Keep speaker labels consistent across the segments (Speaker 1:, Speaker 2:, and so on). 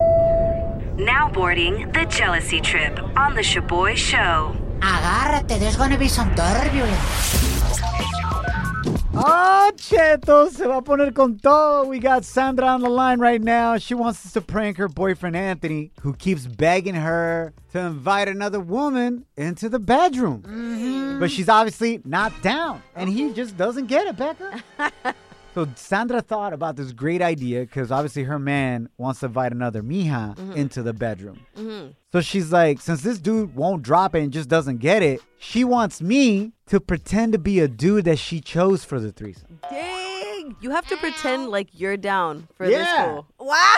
Speaker 1: Now boarding the jealousy trip on the Shaboy Show.
Speaker 2: Agárrate, there's gonna be some turbulence.
Speaker 3: Oh, Cheto, se va a poner con todo. We got Sandra on the line right now. She wants us to prank her boyfriend, Anthony, who keeps begging her to invite another woman into the bedroom. But she's obviously not down, and he just doesn't get it, Becca. so Sandra thought about this great idea because obviously her man wants to invite another Mija into the bedroom. So she's like, since this dude won't drop it and just doesn't get it, she wants me to pretend to be a dude that she chose for the threesome.
Speaker 4: Dang. You have to pretend like you're down for this
Speaker 3: Yeah.
Speaker 4: fool. Wow.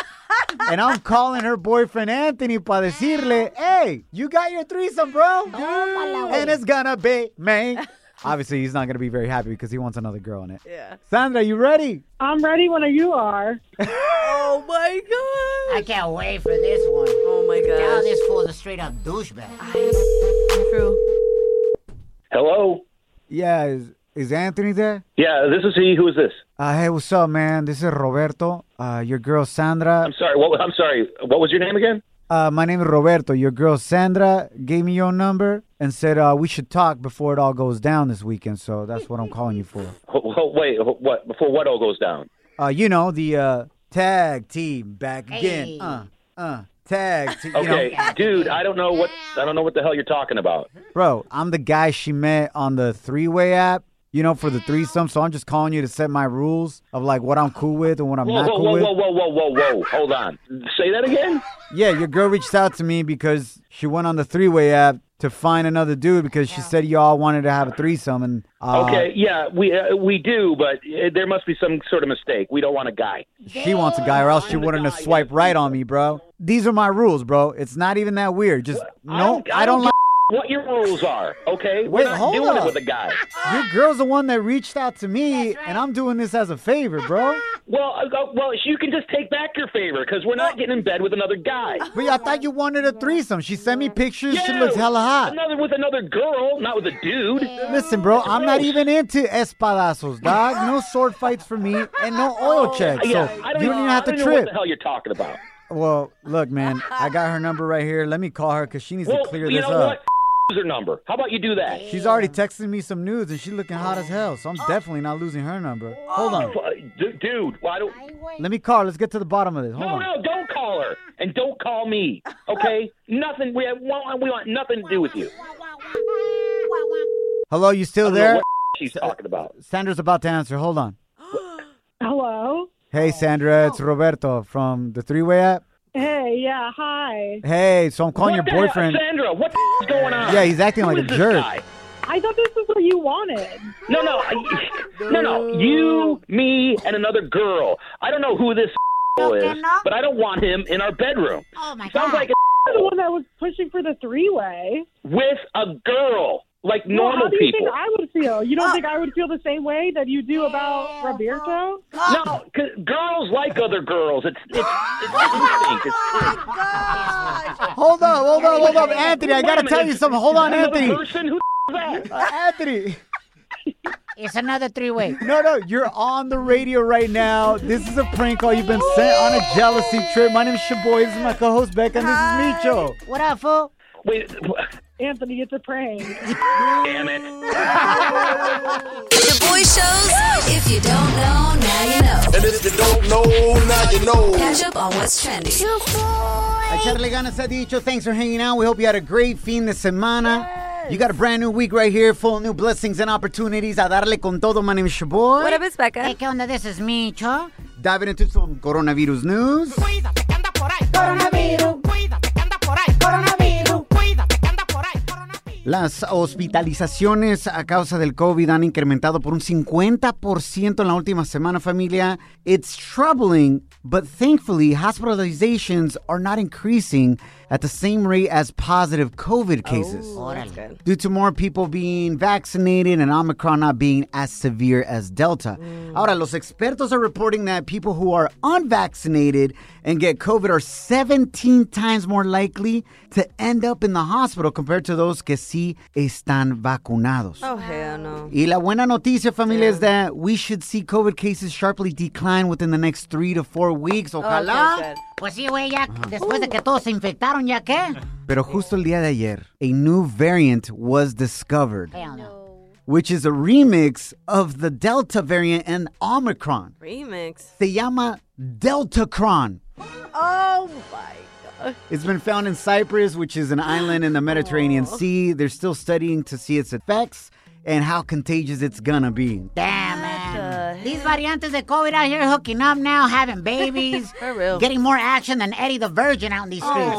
Speaker 3: and I'm calling her boyfriend Anthony para decirle, hey, you got your threesome, bro. and it's gonna be me. Obviously, he's not gonna be very happy because he wants another girl in it.
Speaker 4: Yeah.
Speaker 3: Sandra, you ready?
Speaker 5: I'm ready when you are.
Speaker 4: Oh my god.
Speaker 2: I can't wait for this one.
Speaker 4: Oh my
Speaker 2: Now
Speaker 4: god.
Speaker 2: this fool's a straight up douchebag.
Speaker 4: True.
Speaker 6: Hello.
Speaker 3: Yeah, is, is Anthony there?
Speaker 6: Yeah, this is he. Who is this?
Speaker 3: Uh, hey, what's up, man? This is Roberto. Uh, your girl Sandra.
Speaker 6: I'm sorry. What, I'm sorry. What was your name again?
Speaker 3: Uh, my name is Roberto. Your girl Sandra gave me your number and said uh, we should talk before it all goes down this weekend. So that's what I'm calling you for.
Speaker 6: Ho- ho- Wait. ho- What? Before what all goes down?
Speaker 3: Uh, you know the uh, tag team back
Speaker 2: Hey.
Speaker 3: again. Uh, uh, tag team.
Speaker 6: Okay,
Speaker 3: You know,
Speaker 6: dude. I don't know what. I don't know what the hell you're talking about.
Speaker 3: bro, I'm the guy she met on the three-way app. You know, for the threesome. So I'm just calling you to set my rules of like what I'm cool with and what I'm
Speaker 6: Whoa,
Speaker 3: not
Speaker 6: whoa,
Speaker 3: cool
Speaker 6: whoa,
Speaker 3: with.
Speaker 6: whoa, whoa, whoa, whoa, whoa. Hold on. Say that again.
Speaker 3: Yeah, your girl reached out to me because she went on the three-way app to find another dude because she said y'all wanted to have a threesome and uh,
Speaker 6: Okay. yeah, we uh, we do, but uh, there must be some sort of mistake. We don't want a guy.
Speaker 3: She wants a guy, or else she wouldn't have swiped right on me, bro. These are my rules, bro. It's not even that weird. Just no,
Speaker 6: don't- I
Speaker 3: I don't
Speaker 6: don't
Speaker 3: like.
Speaker 6: What your rules are? Okay.
Speaker 3: Wait,
Speaker 6: We're not
Speaker 3: hold
Speaker 6: doing
Speaker 3: up.
Speaker 6: it with a guy.
Speaker 3: Your girl's the one that reached out to me, and I'm doing this as a favor, bro.
Speaker 6: Well, uh, uh, well, you can just take back your favor because we're not getting in bed with another guy.
Speaker 3: But I thought you wanted a threesome. She sent me pictures. She
Speaker 6: Yeah,
Speaker 3: looks hella hot.
Speaker 6: Another with another girl, not with a dude. Uh,
Speaker 3: Listen, bro, I'm not even into espadazos, dog. No sword fights for me, and no oil checks. So you
Speaker 6: Oh, Yeah,
Speaker 3: don't
Speaker 6: I don't
Speaker 3: even
Speaker 6: even,
Speaker 3: have
Speaker 6: I
Speaker 3: to
Speaker 6: don't even know what
Speaker 3: trip.
Speaker 6: the hell you're talking about.
Speaker 3: Well, look, man, I got her number right here. Let me call her because she needs
Speaker 6: Well,
Speaker 3: to clear
Speaker 6: you
Speaker 3: this
Speaker 6: know
Speaker 3: up.
Speaker 6: what? F- her number. How about you do that?
Speaker 3: She's already texting me some nudes, and she's looking hot as hell. So I'm definitely not losing her number. Hold on.
Speaker 6: Uh, d- dude, why don't?
Speaker 3: Let me call. her. Let's get to the bottom of this. Hold
Speaker 6: No,
Speaker 3: on.
Speaker 6: no, don't call her, and don't call me. Okay, nothing. We have, we want we want nothing to do with you.
Speaker 3: Hello, you
Speaker 6: I
Speaker 3: still
Speaker 6: don't know
Speaker 3: there? Uh,
Speaker 6: what she's talking about.
Speaker 3: Sandra's about to answer. Hold on.
Speaker 5: Hello.
Speaker 3: Hey, Sandra, it's Roberto from the three way app.
Speaker 5: Hey, yeah, hi.
Speaker 3: Hey, so I'm calling
Speaker 6: What the
Speaker 3: your boyfriend.
Speaker 6: hell, Sandra. What the f- is going on?
Speaker 3: Yeah, he's acting
Speaker 6: Who
Speaker 3: like
Speaker 6: is
Speaker 3: a
Speaker 6: this
Speaker 3: jerk.
Speaker 6: guy?
Speaker 5: I thought this was what you wanted.
Speaker 6: No, no, I, no, no. You, me, and another girl. I don't know who this f- is, but I don't want him in our bedroom.
Speaker 2: Oh
Speaker 5: Uh-huh.
Speaker 2: my
Speaker 6: Sounds
Speaker 2: god.
Speaker 6: like
Speaker 5: You're the one that was pushing for the three-way.
Speaker 6: with a girl, like normal
Speaker 5: how do you
Speaker 6: people.
Speaker 5: think I would feel? You don't think I would feel the same way that you do about Roberto?
Speaker 6: No, 'cause girls like other girls. It's it's, it's instinct. It's,
Speaker 3: Hold on, hold on, hold on. Anthony, I got to
Speaker 6: Wait a
Speaker 3: tell you
Speaker 6: minute.
Speaker 3: something. Hold on,
Speaker 6: Another
Speaker 3: Anthony.
Speaker 6: Person who is that?
Speaker 3: Uh, Anthony.
Speaker 2: It's another three way.
Speaker 3: No, no, you're on the radio right now. This is a prank call. You've been sent on a jealousy trip. My name's Shaboy. This is my co host, Becca, and this is Micho.
Speaker 2: What up, fool?
Speaker 6: Wait,
Speaker 5: Anthony, it's a prank.
Speaker 6: damn it!
Speaker 7: Shaboy Shows.
Speaker 4: If you don't know, now you know.
Speaker 8: And if you don't know, now you know.
Speaker 4: Catch up on what's trending.
Speaker 3: A Charlie Ganas ha dicho, thanks for hanging out. We hope you had a great fin de semana. You got a brand new week right here, full of new blessings and opportunities. A darle con todo. My name is Shaboy.
Speaker 4: What up, it's
Speaker 2: Hey,
Speaker 4: Becca.
Speaker 2: ¿qué onda? This is Micho.
Speaker 3: Diving into some coronavirus news. Las hospitalizaciones a causa del COVID han incrementado por un 50% en la última semana, familia. It's troubling, but thankfully, hospitalizations are not increasing at the same rate as positive COVID cases
Speaker 4: That's good.
Speaker 3: due to more people being vaccinated and Omicron not being as severe as Delta.
Speaker 4: Mm.
Speaker 3: Ahora, los expertos are reporting that people who are unvaccinated and get COVID are 17 times more likely to end up in the hospital compared to those que sí están vacunados.
Speaker 4: Oh, hell no.
Speaker 3: Y la buena noticia, familia, is that we should see COVID cases sharply decline within the next three to four weeks. Ojalá.
Speaker 4: Okay, good.
Speaker 2: Pues sí, güey, ya después de que todos se infectaron, ¿ya qué?
Speaker 3: Pero justo el día de ayer, a new variant was discovered.
Speaker 2: Hell no.
Speaker 3: which is a remix of the Delta variant and Omicron.
Speaker 4: Remix.
Speaker 3: Se llama Deltacron.
Speaker 4: Oh, my.
Speaker 3: It's been found in Cyprus, which is an island in the Mediterranean
Speaker 4: Oh.
Speaker 3: Sea. They're still studying to see its effects and how contagious it's gonna be.
Speaker 2: Damn, man. These variantes de COVID out here hooking up now, having babies,
Speaker 4: For real. Oh.
Speaker 2: getting more action than Eddie the Virgin out in these streets.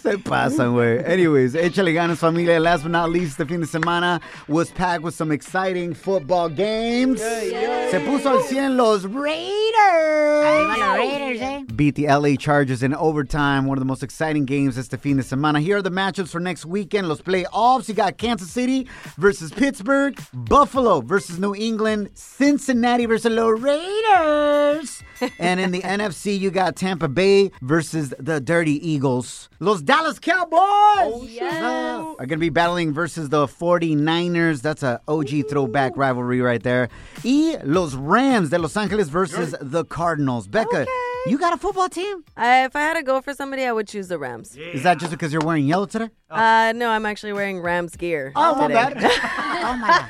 Speaker 3: Se pasan, güey. Anyways, échale ganas, familia. Last but not least, the fin de semana was packed with some exciting football games. Se puso al cien los Raiders.
Speaker 2: Arriba los Raiders, eh.
Speaker 3: beat the LA Chargers in overtime. One of the most exciting games este fin de semana. Here are the matchups for next weekend. Los playoffs. You got Kansas City versus Pittsburgh, Buffalo versus New England, Cincinnati versus Los Raiders. and in the NFC, you got Tampa Bay versus the Dirty Eagles. Los Dallas Cowboys are going to be battling versus the 49ers. That's a OG throwback rivalry right there. Y Los Rams de Los Angeles versus the Cardinals. Becca, you got a football team?
Speaker 4: I, Uh, if I had to go for somebody, I would choose the Rams.
Speaker 3: Is that just because you're wearing yellow today?
Speaker 4: Uh, no, I'm actually wearing Rams gear. today.
Speaker 3: oh my God.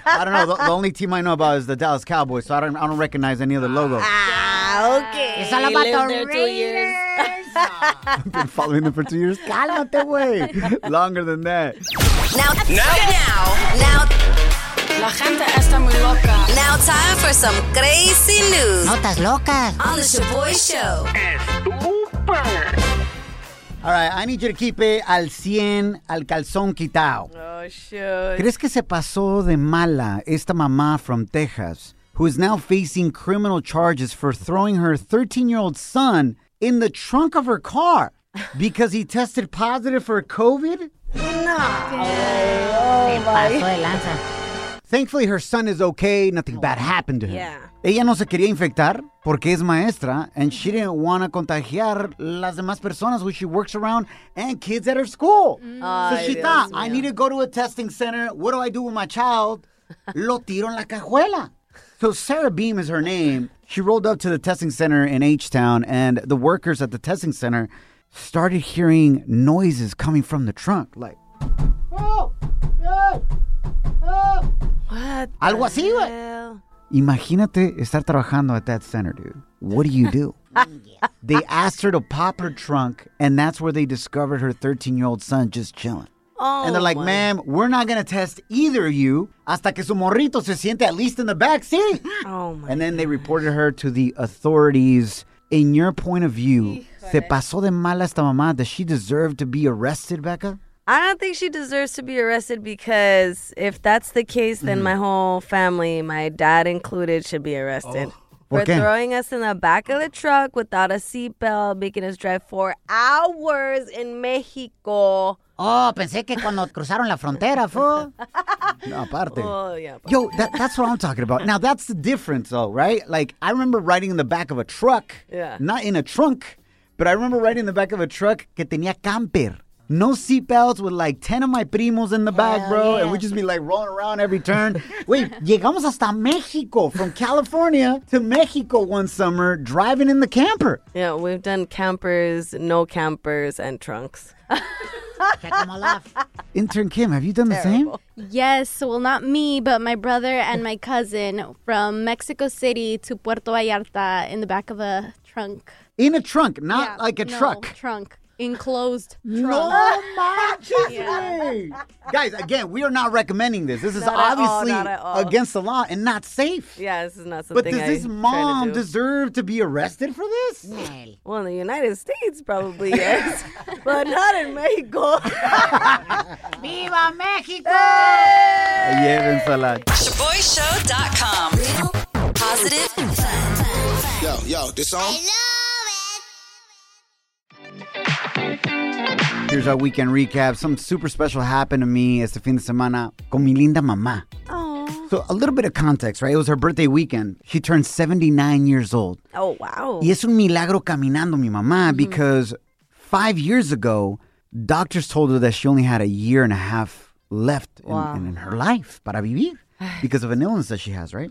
Speaker 3: I don't know. The, the only team I know about is the Dallas Cowboys, so I don't I don't recognize any other logo.
Speaker 4: Ah, okay.
Speaker 2: It's all about
Speaker 4: Lived
Speaker 2: the
Speaker 4: there two years.
Speaker 2: Raiders.
Speaker 3: I've been following them for two years. Cálmate, güey. Longer than that.
Speaker 1: Now, now, now,
Speaker 7: La gente está muy loca.
Speaker 1: now, time for some crazy news
Speaker 2: Notas locas.
Speaker 1: on the Shaboy Show.
Speaker 3: All right, I need you to keep it al 100, al calzón quitao.
Speaker 4: Oh, shoot.
Speaker 3: ¿Crees que se pasó de mala esta mamá from Texas who is now facing criminal charges for throwing her 13 year old son in the trunk of her car because he tested positive for COVID?
Speaker 2: Se pasó de lanza.
Speaker 3: Thankfully, her son is okay. Nothing bad happened to him.
Speaker 4: Oh. Yeah.
Speaker 3: Ella no se quería infectar porque es maestra and she didn't want to contagiar las demás personas who she works around and kids at her school. so
Speaker 4: Ay,
Speaker 3: she
Speaker 4: Dios
Speaker 3: thought,
Speaker 4: mío.
Speaker 3: I need to go to a testing center. What do I do with my child? Lo tiro en la cajuela. So Sarah Beam is her name. She rolled up to the testing center in H-Town and the workers at the testing center started hearing noises coming from the trunk. Like, "Oh,
Speaker 4: What?
Speaker 3: algo así, güey.
Speaker 4: Hell.
Speaker 3: Imagínate estar trabajando at that center, dude. What do you do? they asked her to pop her trunk, and that's where they discovered her 13 year old son just chilling.
Speaker 4: Oh,
Speaker 3: and they're like,
Speaker 4: my-
Speaker 3: ma'am, we're not going to test either of you hasta que su morrito se siente at least in the back seat.
Speaker 4: Oh, my.
Speaker 3: and then they reported her to the authorities. In your point of view, se pasó de mala esta mamá. Does she deserve to be arrested, Becca?
Speaker 4: I don't think she deserves to be arrested because if that's the case, then
Speaker 3: Mm-hmm.
Speaker 4: my whole family, my dad included, should be arrested.
Speaker 3: ¿Por
Speaker 4: For
Speaker 3: qué?
Speaker 4: throwing us in the back of the truck without a seatbelt, making us drive four hours in Mexico.
Speaker 2: Oh, pensé que cuando cruzaron la frontera, fue.
Speaker 3: No, aparte.
Speaker 4: Oh, yeah.
Speaker 3: Yo, that, that's what I'm talking about. Now that's the difference, though, right? Like I remember riding in the back of a truck,
Speaker 4: Yeah.
Speaker 3: not in a trunk, but I remember riding in the back of a truck que tenía camper, no seatbelts, with like ten of my primos in the back, bro, and we just be like rolling around every turn. Wait, llegamos hasta Mexico from California to Mexico one summer driving in the camper.
Speaker 4: Yeah, we've done campers, no campers, and trunks.
Speaker 2: Check them all off.
Speaker 3: Intern Kim, have you done the same?
Speaker 9: Yes, well, not me, but my brother and my cousin from Mexico City to Puerto Vallarta in the back of a trunk.
Speaker 3: In a trunk, not
Speaker 9: Yeah,
Speaker 3: like a
Speaker 9: no,
Speaker 3: truck.
Speaker 9: Trunk. enclosed
Speaker 3: No
Speaker 9: trunk.
Speaker 3: manches me. Guys, again, we are not recommending this. This is
Speaker 4: Not at all,
Speaker 3: obviously
Speaker 4: not at all.
Speaker 3: against the law and not safe.
Speaker 4: Yeah, this is not something.
Speaker 3: But does
Speaker 4: I
Speaker 3: this
Speaker 4: try to
Speaker 3: mom
Speaker 4: do.
Speaker 3: deserve to be arrested for this?
Speaker 2: Well,
Speaker 4: Well, in the United States, probably yes, but not in Mexico.
Speaker 2: Viva Mexico!
Speaker 3: Yeah,
Speaker 7: ShaboyShow.com. Real, positive, and fun.
Speaker 8: Yo, yo, this song?
Speaker 3: Here's our weekend recap. Something super special happened to me este fin de semana con mi linda mamá.
Speaker 4: oh.
Speaker 3: So a little bit of context, right? It was her birthday weekend. She turned 79 years old.
Speaker 4: oh, wow.
Speaker 3: Y es un milagro caminando mi mamá because five years ago, doctors told her that she only had a year and a half left in,
Speaker 4: Wow.
Speaker 3: in, in her life para vivir because of an illness that she has, right?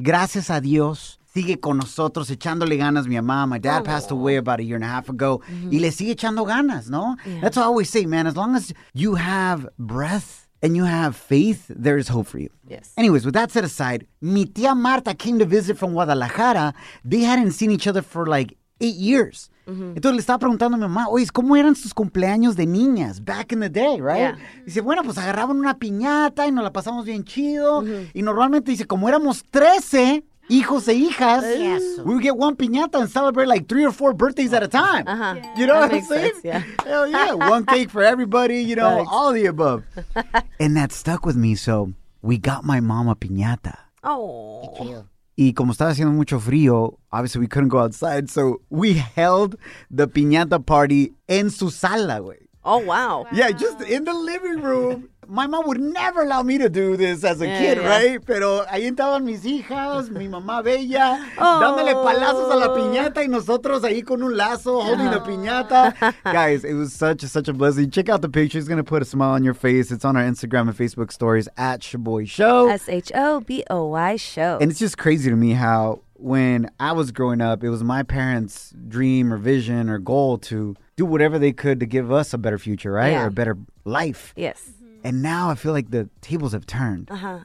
Speaker 3: Gracias a Dios. Sigue con nosotros echándole ganas, mi mamá. My dad passed away about a year and a half ago. Y le sigue echando ganas, ¿no? That's what I always say, man. As long as you have breath and you have faith, there is hope for you.
Speaker 4: Yes.
Speaker 3: Anyways, with that set aside, mi tía Marta came to visit from Guadalajara. They hadn't seen each other for like eight years.
Speaker 4: Mm-hmm.
Speaker 3: Entonces le estaba preguntando a mi mamá, oye, ¿cómo eran sus cumpleaños de niñas back in the day, right?
Speaker 4: Yeah.
Speaker 3: Dice, bueno, pues agarraban una piñata y nos la pasamos bien chido.
Speaker 4: Mm-hmm.
Speaker 3: Y normalmente dice, como éramos 13 hijos e hijas,
Speaker 2: Yes.
Speaker 3: we would get one piñata and celebrate like three or four birthdays at a time.
Speaker 4: Uh-huh.
Speaker 3: You know
Speaker 4: That
Speaker 3: what I'm
Speaker 4: makes
Speaker 3: saying?
Speaker 4: sense, yeah.
Speaker 3: Hell yeah. One cake for everybody, you know,
Speaker 4: Thanks.
Speaker 3: all of the above. and that stuck with me, so we got my mom a piñata.
Speaker 4: Oh.
Speaker 3: Y como estaba haciendo mucho frío, obviously we couldn't go outside, so we held the piñata party en su sala, güey.
Speaker 4: Oh, wow.
Speaker 3: Yeah, just in the living room. My mom would never allow me to do this as a
Speaker 4: Yeah,
Speaker 3: kid,
Speaker 4: yeah.
Speaker 3: right? Pero ahí estaban mis hijas, mi mamá bella,
Speaker 4: Oh.
Speaker 3: dándole palazos a la piñata y nosotros ahí con un lazo holding
Speaker 4: Ah.
Speaker 3: the piñata. Guys, it was such such a blessing. Check out the picture. It's going to put a smile on your face. It's on our Instagram and Facebook stories at Shaboy Show.
Speaker 4: S H O B O Y show.
Speaker 3: And it's just crazy to me how when I was growing up, it was my parents' dream or vision or goal to do whatever they could to give us a better future, right?
Speaker 4: Yeah.
Speaker 3: Or a better life.
Speaker 4: yes.
Speaker 3: And now I feel like the tables have turned.
Speaker 4: Uh huh.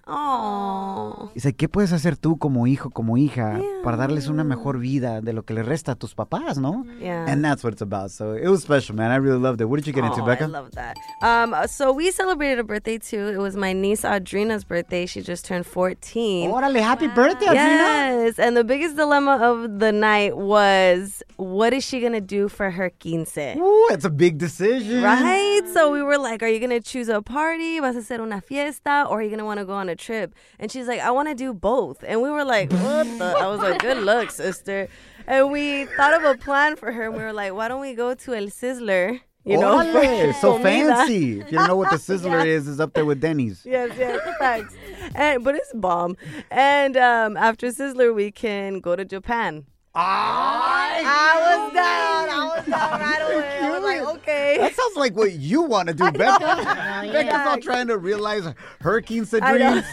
Speaker 4: Oh.
Speaker 3: It's like, ¿qué puedes hacer tú como hijo, como hija, para darles una mejor vida de lo que le resta a tus papás, no?
Speaker 4: Yeah.
Speaker 3: And that's what it's about. So it was special, man. I really loved it. What did you get into,
Speaker 4: Oh,
Speaker 3: Becca?
Speaker 4: I love that. Um, uh, so we celebrated a birthday too. It was my niece Audrina's birthday. She just turned 14.
Speaker 3: Orale, happy birthday, Oh, Adrina.
Speaker 4: Yes, and the biggest dilemma of the night was what is she gonna do for her quince?
Speaker 3: Ooh, it's a big decision.
Speaker 4: Right? So we were like, Are you going to choose a party? Vas a hacer una fiesta? Or are you going to want to go on a trip? And she's like, I want to do both. And we were like, What the? I was like, Good luck, sister. And we thought of a plan for her. And we were like, Why don't we go to El Sizzler? You know? for
Speaker 3: Orale, so
Speaker 4: comida?
Speaker 3: fancy. If you don't know what the sizzler is, is up there with Denny's.
Speaker 4: Yes, yes, thanks. And, but it's bomb. And um, after Sizzler, we can go to Japan.
Speaker 3: Ah,
Speaker 4: I was down. I was down right away. I was like, okay.
Speaker 3: That sounds like what you want to do, Becca. Becca's all trying to realize her quince dreams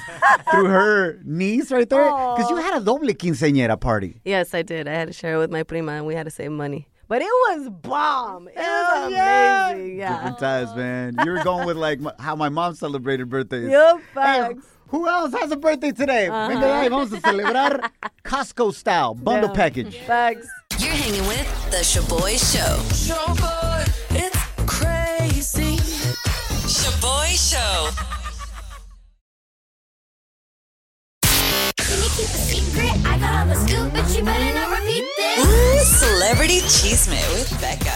Speaker 3: through her niece right there. Because you had a doble quinceañera party.
Speaker 4: Yes, I did. I had to share it with my prima, and we had to save money. But it was bomb. It was
Speaker 3: yeah.
Speaker 4: amazing. Yeah.
Speaker 3: Different times, man. You were going with like my, how my mom celebrated birthdays.
Speaker 4: Yup.
Speaker 3: Hey,
Speaker 4: facts. Uh-huh.
Speaker 3: who else has a birthday today? Venga de ahí, vamos a celebrar Costco style bundle
Speaker 4: Yeah.
Speaker 3: package.
Speaker 4: Facts.
Speaker 7: You're hanging with The Shaboy Show. Shaboy, it's crazy. Shaboy Show. Celebrity Cheesemate with Becca.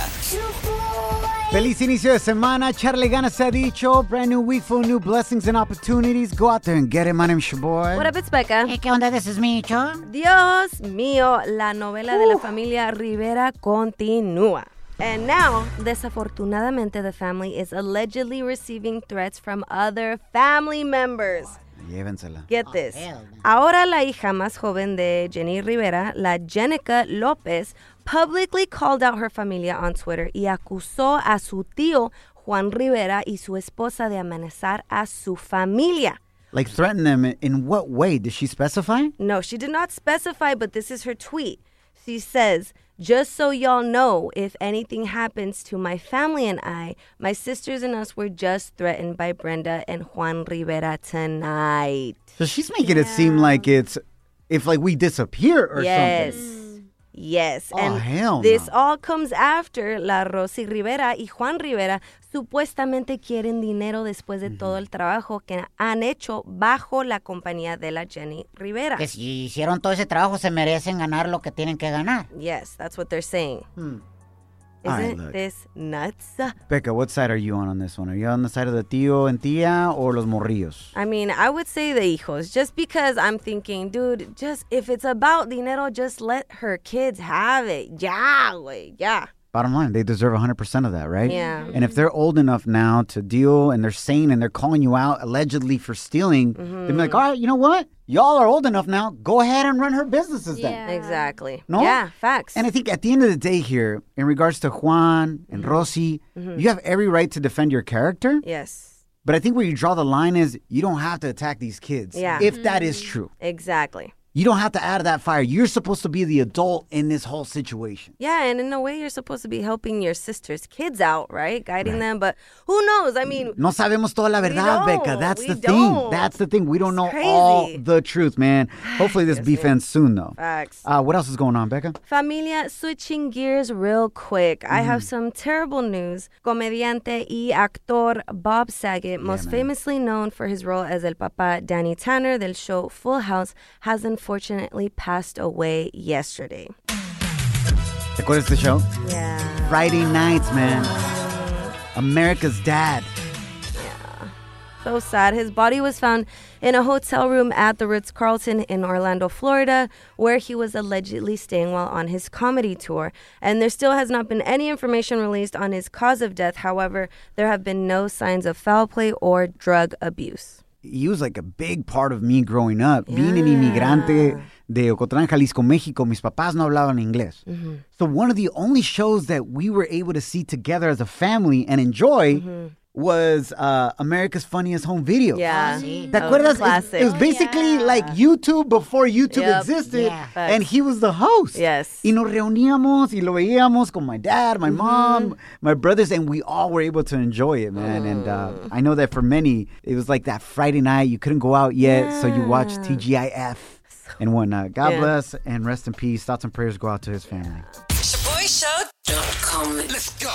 Speaker 3: Feliz inicio de semana. Charlie Gana se ha dicho. Brand new week full of new blessings and opportunities. Go out there and get it. My name's Shaboy.
Speaker 4: What up, it's Becca.
Speaker 2: Hey, ¿qué onda? This is me, Cho.
Speaker 4: Dios mío, la novela de la familia Rivera continúa. And now, desafortunadamente, the family is allegedly receiving threats from other family members.
Speaker 3: Llévensela.
Speaker 4: Get this.
Speaker 2: hell no.
Speaker 4: Ahora la hija más joven de Jenny Rivera, la Jenica López, publicly called out her familia on Twitter y acusó a su tío Juan Rivera y su esposa de amenazar a su familia.
Speaker 3: Like threaten them in- in what way? Did she specify?
Speaker 4: No, she did not specify, but this is her tweet. She says, just so y'all know, if anything happens to my family and I, my sisters and us were just threatened by Brenda and Juan Rivera tonight.
Speaker 3: So she's making it seem like it's if like we disappear or
Speaker 4: yes.
Speaker 3: something.
Speaker 4: Yes.
Speaker 3: Oh,
Speaker 4: and
Speaker 3: hell
Speaker 4: this
Speaker 3: no.
Speaker 4: all comes after la Rosy Rivera y Juan Rivera supuestamente quieren dinero después de todo el trabajo que han hecho bajo la compañía de la Jenny Rivera.
Speaker 2: Que si hicieron todo ese trabajo, se merecen ganar lo que tienen que ganar.
Speaker 4: Yes, that's what they're saying.
Speaker 3: All right,
Speaker 4: Isn't
Speaker 3: Hmm. look.
Speaker 4: this nuts?
Speaker 3: Becca, what side are you on on this one? Are you on the side of the tío and tía or los morrillos?
Speaker 4: I mean, I would say the hijos, just because I'm thinking, dude, just if it's about dinero, just let her kids have it. Yeah, güey, yeah.
Speaker 3: Bottom line, they deserve 100% of that, right?
Speaker 4: Yeah.
Speaker 3: And if they're old enough now to deal and they're sane and they're calling you out allegedly for stealing, they'd be
Speaker 4: Mm-hmm.
Speaker 3: like, all right, you know what? Y'all are old enough now. Go ahead and run her businesses then.
Speaker 9: Ah.
Speaker 4: Exactly.
Speaker 3: No?
Speaker 4: Yeah, facts.
Speaker 3: And I think at the end of the day here, in regards to Juan and
Speaker 4: Mm-hmm.
Speaker 3: Rossi, you have every right to defend your character.
Speaker 4: yes,
Speaker 3: But I think where you draw the line is you don't have to attack these kids.
Speaker 4: Yeah.
Speaker 3: If that is true.
Speaker 4: exactly.
Speaker 3: You don't have to add to that fire. You're supposed to be the adult in this whole situation.
Speaker 4: Yeah, and in a way, you're supposed to be helping your sister's kids out, right? Guiding them, but who knows? I mean,
Speaker 3: No sabemos toda la verdad,
Speaker 4: don't.
Speaker 3: Becca. That's
Speaker 4: We
Speaker 3: the thing.
Speaker 4: don't.
Speaker 3: That's the thing. We don't know
Speaker 4: crazy.
Speaker 3: all the truth, man. Hopefully this beef ends soon though.
Speaker 4: facts.
Speaker 3: Uh, what else is going on, Becca?
Speaker 4: Familia, switching gears real quick. I have some terrible news. Comediante y actor Bob Saget, most famously known for his role as El Papa Danny Tanner del show Full House, has unfortunately passed away yesterday.
Speaker 3: Like, what is the show?
Speaker 4: Yeah.
Speaker 3: Friday nights, man. America's dad.
Speaker 4: So sad. His body was found in a hotel room at the Ritz Carlton in Orlando, Florida, where he was allegedly staying while on his comedy tour. And there still has not been any information released on his cause of death. However, there have been no signs of foul play or drug abuse.
Speaker 3: he was like a big part of me growing up. Being an immigrante de Ocotlán, Jalisco, Mexico, mis papás no hablaban inglés.
Speaker 4: Mm-hmm.
Speaker 3: So one of the only shows that we were able to see together as a family and enjoy was uh, America's Funniest Home Video.
Speaker 4: Mm-hmm. Yeah.
Speaker 3: ¿Te acuerdas? It's-
Speaker 4: classic.
Speaker 3: It was basically like YouTube before YouTube
Speaker 4: Yep.
Speaker 3: existed,
Speaker 2: Yeah.
Speaker 3: and he was the host.
Speaker 4: Yes. Mm-hmm.
Speaker 3: Y nos reuníamos y lo veíamos con my dad, my mom, my brothers, and we all were able to enjoy it, man. And uh,
Speaker 4: Mm.
Speaker 3: I know that for many, it was like that Friday night. You couldn't go out yet, so you watched TGIF and whatnot. God
Speaker 4: Yeah.
Speaker 3: bless and rest in peace. Thoughts and prayers go out to his family.
Speaker 7: ShaboyShow.com. Let's go.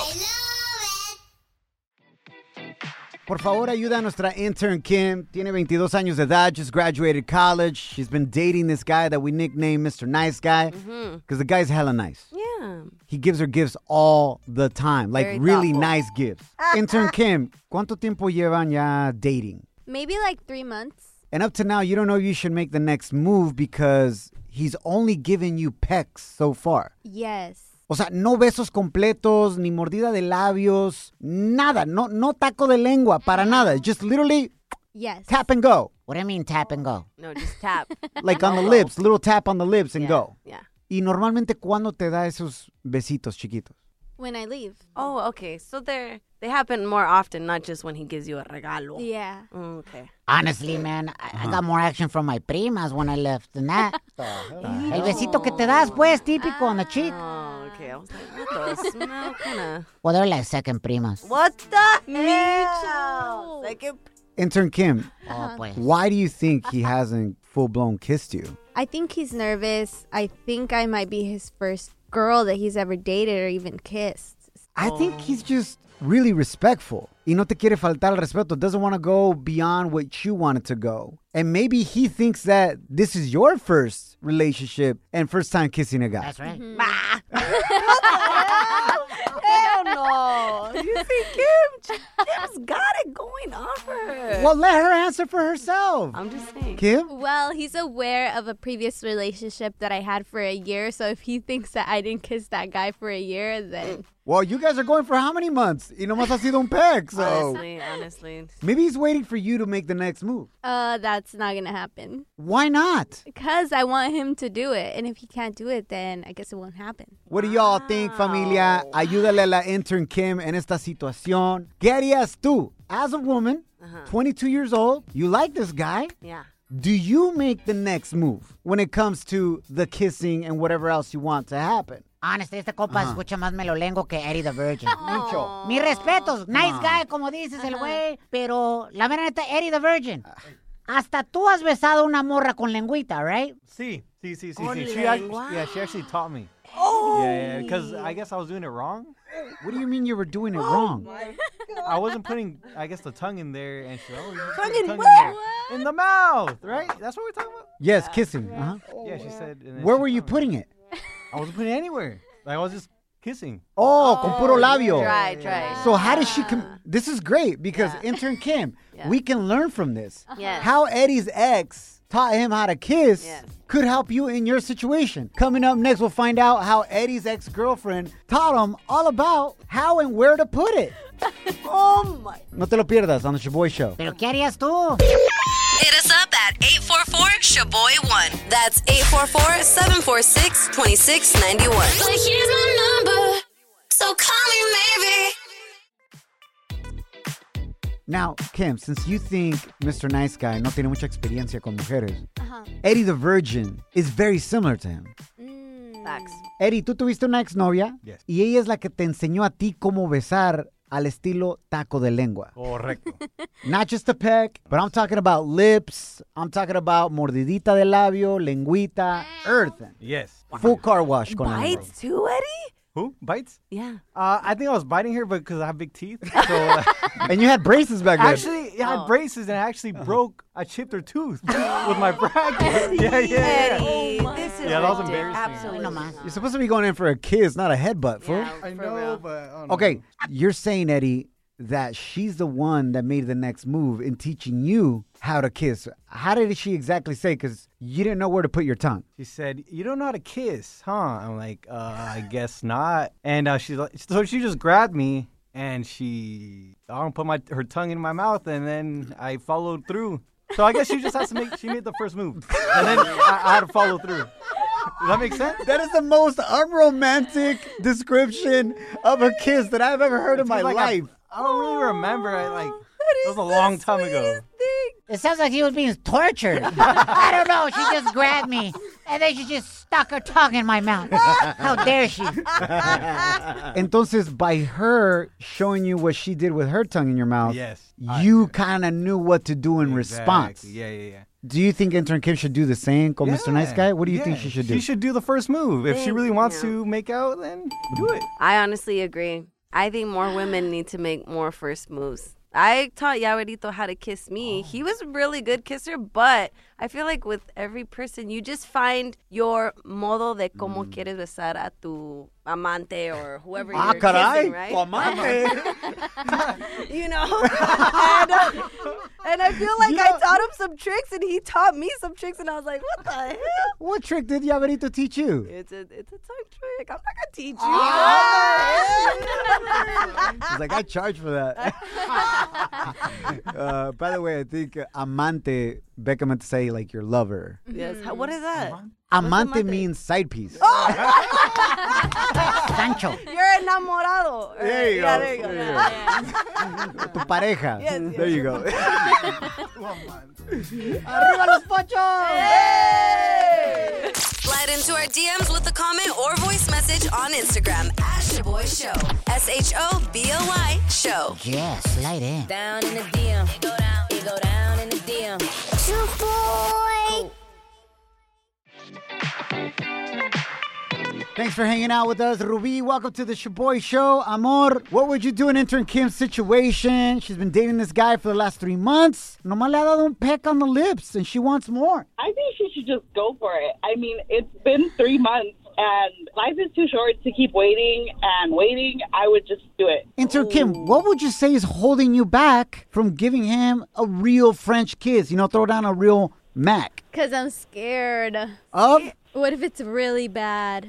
Speaker 3: Por favor, ayuda a nuestra intern Kim. Tiene 22 años de edad, just graduated college. She's been dating this guy that we nicknamed Mr. Nice Guy because
Speaker 4: Mm-hmm.
Speaker 3: the guy's hella nice.
Speaker 4: Yeah.
Speaker 3: He gives her gifts all the time, like
Speaker 4: Very
Speaker 3: really
Speaker 4: thoughtful.
Speaker 3: nice gifts. Intern Kim, ¿cuánto tiempo llevan ya dating?
Speaker 9: Maybe like three months.
Speaker 3: And up to now, you don't know you should make the next move because he's only given you pecks so far.
Speaker 9: Yes.
Speaker 3: O sea, no besos completos, ni mordida de labios, nada, no, no taco de lengua,
Speaker 4: Mm-hmm.
Speaker 3: para nada. Just literally
Speaker 9: Yes.
Speaker 3: tap and go.
Speaker 2: What do you mean tap and go?
Speaker 4: No, just tap.
Speaker 3: Like on the lips, little tap on the lips and go.
Speaker 4: yeah.
Speaker 3: Y normalmente, ¿cuándo te da esos besitos chiquitos?
Speaker 9: When I leave.
Speaker 4: Oh, okay. So they're they happen more often, not just when he gives you a regalo. Mm,
Speaker 9: Yeah.
Speaker 4: Okay.
Speaker 2: Honestly, man, I, I got more action from my primas when I left than that. El besito que te das, pues, típico on the cheek.
Speaker 4: Oh, okay. I was like, what the smell kinda
Speaker 2: Well, they're like second primas.
Speaker 4: What the hell? Second
Speaker 3: Intern Kim,
Speaker 2: Oh, pues.
Speaker 3: Why do you think he hasn't full blown kissed you?
Speaker 9: I think he's nervous. I think I might be his first girl that he's ever dated or even kissed.
Speaker 3: I
Speaker 2: Oh.
Speaker 3: think he's just really respectful. Y no te quiere faltar el respeto. Doesn't want to go beyond what you wanted to go. And maybe he thinks that this is your first relationship and first time kissing a guy.
Speaker 2: That's right.
Speaker 4: Hell no. You see Kim? Kim's got it going on for her.
Speaker 3: Well, let her answer for herself.
Speaker 4: I'm just saying.
Speaker 3: Kim?
Speaker 9: Well, he's aware of a previous relationship that I had for a year, so if he thinks that I didn't kiss that guy for a year, then
Speaker 3: Well, you guys are going for how many months? Y nomás ha sido un peck, so.
Speaker 4: Honestly, honestly.
Speaker 3: Maybe he's waiting for you to make the next move.
Speaker 9: uh that's not going to happen
Speaker 3: Why not?
Speaker 9: because I want him to do it. And if he can't do it, then I guess it won't happen.
Speaker 3: What do y'all think, familia? Ayúdale a la intern Kim en esta situación. ¿Qué harías tú? As a woman, 22 years old, you like this guy.
Speaker 4: Yeah.
Speaker 3: Do you make the next move when it comes to the kissing and whatever else you want to happen?
Speaker 2: Honestly, este compa escucha más melolengo que Eddie the Virgin. Mucho. Mis respetos. Nice guy, como dices el güey. Pero la mera neta, Eddie the Virgin. Hasta tú has besado una morra con lengüita, right?
Speaker 10: See, see, see, see, see. She actually, yeah, she actually taught me.
Speaker 3: Oh.
Speaker 10: Yeah, because I guess I was doing it wrong.
Speaker 3: What do you mean you were doing it wrong?
Speaker 10: I wasn't putting, I guess, the tongue in there, and she oh, you just put
Speaker 3: Tongue
Speaker 10: your
Speaker 3: in
Speaker 10: tongue
Speaker 3: where?
Speaker 10: in, there. in the mouth, right? That's what we're talking about.
Speaker 3: Yes, kissing. Uh-huh.
Speaker 10: yeah, she said. And then
Speaker 3: Where
Speaker 10: she-
Speaker 3: were you putting it?
Speaker 10: I wasn't putting it anywhere. Like I was just kissing.
Speaker 3: Oh, con puro labio.
Speaker 10: Dry, dry.
Speaker 3: So how does she?
Speaker 4: Ah.
Speaker 3: Com- this is great because intern Kim, we can learn from this.
Speaker 4: Uh-huh. Yes.
Speaker 3: How Eddie's ex taught him how to kiss could help you in your situation. Coming up next, we'll find out how Eddie's ex girlfriend taught him all about how and where to put it.
Speaker 4: Oh my.
Speaker 3: No te lo pierdas on the Shaboy Show.
Speaker 2: Pero qué harías tú?
Speaker 7: Hit us up at 844-SHABOY1. That's 844-746-2691. Well, here's my number, so call me maybe.
Speaker 3: Now, Kim, since you think Mr. Nice Guy no tiene mucha experiencia con mujeres,
Speaker 4: Uh-huh.
Speaker 3: Eddie the Virgin is very similar to him.
Speaker 4: Facts.
Speaker 3: Eri, tú tuviste una exnovia y ella es la que te enseñó a ti cómo besar al estilo taco de lengua.
Speaker 10: Correcto.
Speaker 3: Not just a peck, but I'm talking about lips, I'm talking about mordidita de labio, lengüita, earthen.
Speaker 10: Yes.
Speaker 3: Full car wash con la lengua.
Speaker 4: Bites too, Eddie?
Speaker 10: Who bites?
Speaker 4: Yeah.
Speaker 10: Uh, I think I was biting her, but because I have big teeth. So
Speaker 3: And you had braces back then.
Speaker 10: actually, yeah, I
Speaker 3: Oh.
Speaker 10: had braces and I actually broke, I chipped her tooth with my bracket. yeah, yeah, yeah.
Speaker 4: Eddie, this is
Speaker 10: Yeah, that was
Speaker 4: ridiculous.
Speaker 10: embarrassing.
Speaker 4: Absolutely.
Speaker 2: No más.
Speaker 3: You're supposed to be going in for a kiss, not a headbutt, fool.
Speaker 10: I know, but I don't
Speaker 3: Okay, you're saying, Eddie, that she's the one that made the next move in teaching you how to kiss. How did she exactly say? Because you didn't know where to put your tongue.
Speaker 10: She said, "You don't know how to kiss, huh?" I'm like, uh, "I guess not." And uh, she's like, so she just grabbed me and she, I don't put my her tongue in my mouth, and then I followed through. So I guess she just has to make. She made the first move, and then I, I had to follow through. Does that make sense?
Speaker 3: That is the most unromantic description of a kiss that I've ever heard in my
Speaker 10: Like, I-
Speaker 3: life.
Speaker 10: I, don't really remember. I like it was a long time ago.
Speaker 2: It sounds like he was being tortured. I don't know. She just grabbed me, and then she just stuck her tongue in my mouth. How dare she?
Speaker 10: uh,
Speaker 3: Entonces, by her showing you what she did with her tongue in your mouth,
Speaker 10: Yes, I-
Speaker 3: you kind of knew what to do in response.
Speaker 10: Exactly. Yeah, yeah, yeah.
Speaker 3: Do you think intern Kim should do the same? Go, Mr. Nice
Speaker 10: Yeah,
Speaker 3: Guy. What do you
Speaker 10: yeah.
Speaker 3: think she should do?
Speaker 10: She should do the first move. If she
Speaker 4: Think,
Speaker 10: really wants
Speaker 4: yeah.
Speaker 10: to make out, then do it.
Speaker 4: I honestly agree. I think more women need to make more first moves. I taught Yaverito how to kiss me.
Speaker 3: Oh.
Speaker 4: He was a really good kisser, but I feel like with every person, you just find your modo de como quieres besar a tu amante or whoever
Speaker 3: Mm. Ah,
Speaker 4: you're
Speaker 3: caray,
Speaker 4: kissing, right?
Speaker 3: tu amante.
Speaker 4: you know? and, uh, and I feel like
Speaker 3: You
Speaker 4: I
Speaker 3: know-
Speaker 4: taught him some tricks and he taught me some tricks, and I was like, what the hell?
Speaker 3: What trick did Yaverito teach you?
Speaker 4: It's a, it's a tongue trick. I'm not going to teach you.
Speaker 3: Ah. He's like, I charge for that. uh, by the way, I think uh, amante, Becca meant to say like your lover.
Speaker 4: yes. How, what is that?
Speaker 3: Amante
Speaker 4: amante? Oh!
Speaker 3: means side piece.
Speaker 2: Sancho.
Speaker 4: You're enamorado.
Speaker 3: There you go.
Speaker 4: yeah, There you go.
Speaker 3: There you go. Tu pareja.
Speaker 4: Yes, yes.
Speaker 3: There you go.
Speaker 7: Slide into our DMs with a comment or voice message on Instagram at Shaboy Show. S H O B O Y Show.
Speaker 2: Yeah, slide in.
Speaker 7: Down in the DM. It go down. It go down in the DM.
Speaker 3: Thanks for hanging out with us, Ruby. Welcome to the Shaboy Show. Amor, what would you do in intern Kim's situation? She's been dating this guy for the last three months. Nomás le ha dado un peck on the lips, and she wants more.
Speaker 5: I think she should just go for it. I mean, it's been three months, and life is too short to keep waiting and waiting. I would just do it.
Speaker 3: Intern Kim, what would you say is holding you back from giving him a real French kiss? You know, throw down a real Mac.
Speaker 9: Because I'm scared.
Speaker 3: Of
Speaker 9: What if it's really bad?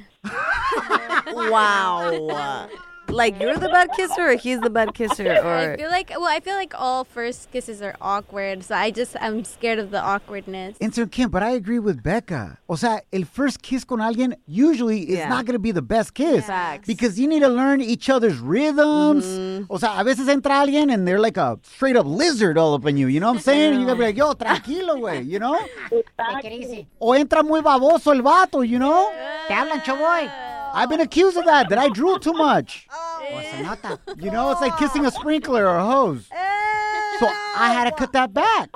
Speaker 4: Wow. Like you're the bad kisser, or he's the bad kisser,
Speaker 9: I
Speaker 4: or
Speaker 9: feel like, well, I feel like all first kisses are awkward. So I just, I'm scared of the awkwardness.
Speaker 3: Intern Kim, but I agree with Becca. O sea, el first kiss con alguien usually is
Speaker 4: Yeah.
Speaker 3: not going to be the best kiss.
Speaker 4: Facts. Mm-hmm.
Speaker 3: Because you need to learn each other's rhythms. O sea, a veces entra alguien and they're like a straight up lizard all up in you. You know what I'm saying? You gotta be like, yo, tranquilo, güey, you know?
Speaker 2: Take it easy.
Speaker 3: O entra muy baboso el vato, you know?
Speaker 2: Te hablan, choboy.
Speaker 3: I've been accused of that, that I drool too much.
Speaker 4: Oh.
Speaker 2: O se nota.
Speaker 3: You know, it's like kissing a sprinkler or a hose. So I had to cut that back.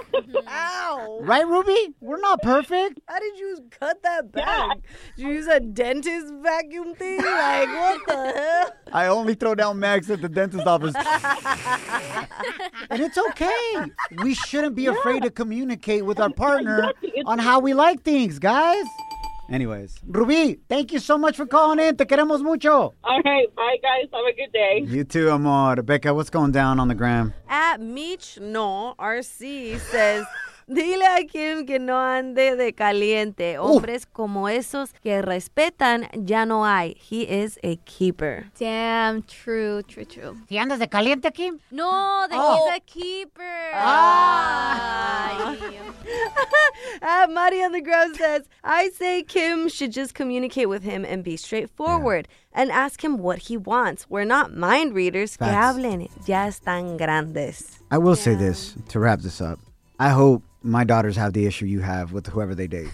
Speaker 4: Ow.
Speaker 3: Right, Ruby? We're not perfect.
Speaker 4: How did you cut that back? Did you use a dentist vacuum thing? Like, what the hell?
Speaker 3: I only throw down Max at the dentist office. and it's okay. We shouldn't be afraid to communicate with our partner on how we like things, guys. Anyways, Ruby, thank you so much for calling in. Te queremos mucho.
Speaker 5: All right, bye guys. Have a good day.
Speaker 3: You too, amor. Becca, what's going down on the gram?
Speaker 4: At Mitch No RC says. Dile a Kim que no ande de caliente. Hombres como esos que respetan ya no hay. He is a keeper.
Speaker 9: Damn, true, true, true.
Speaker 2: Si andas de caliente aquí.
Speaker 9: No, that
Speaker 2: Oh.
Speaker 9: he's a keeper. Ay.
Speaker 4: At Uh, Mari on the Grove says, I say Kim should just communicate with him and be straightforward and ask him what he wants. We're not mind readers. Que
Speaker 3: Facts.
Speaker 4: hablen. Ya están grandes.
Speaker 3: I will say this to wrap this up. I hope my daughters have the issue you have with whoever they date.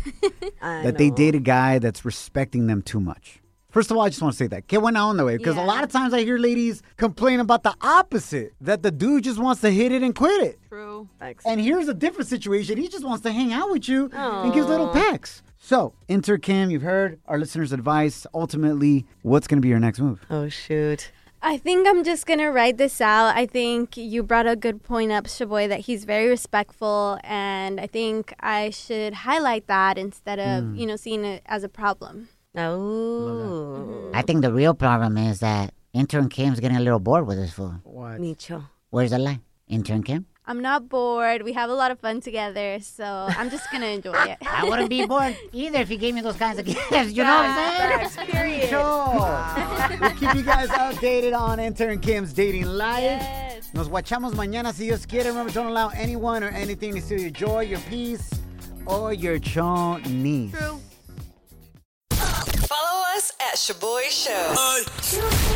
Speaker 4: I
Speaker 3: that they
Speaker 4: know.
Speaker 3: date a guy that's respecting them too much. First of all, I just want to say that. Get one out on the way. Because a
Speaker 9: Yeah.
Speaker 3: lot of times I hear ladies complain about the opposite that the dude just wants to hit it and quit it.
Speaker 9: True.
Speaker 4: Thanks.
Speaker 3: And here's a different situation. He just wants to hang out with you and gives little pecks. So, enter Kim. You've heard our listeners' advice. Ultimately, what's going to be your next move?
Speaker 4: Oh, shoot.
Speaker 9: I think I'm just gonna write this out. I think you brought a good point up, Shaboy, that he's very respectful, and I think I should highlight that instead of you know seeing it as a problem.
Speaker 4: Oh.
Speaker 2: I think the real problem is that intern Kim's getting a little bored with this fool.
Speaker 4: Micho.
Speaker 2: Where's the line? Intern Kim?
Speaker 9: I'm not bored. We have a lot of fun together, so I'm just gonna enjoy it.
Speaker 2: I wouldn't be bored either if you gave me those kinds of gifts. You know what I'm saying?
Speaker 3: We'll keep you guys updated on Intern Kim's dating life. Nos guachamos mañana si Dios quiere. Remember, don't allow anyone or anything to steal your joy, your peace, or your chonies.
Speaker 7: Follow us at Shaboy Show.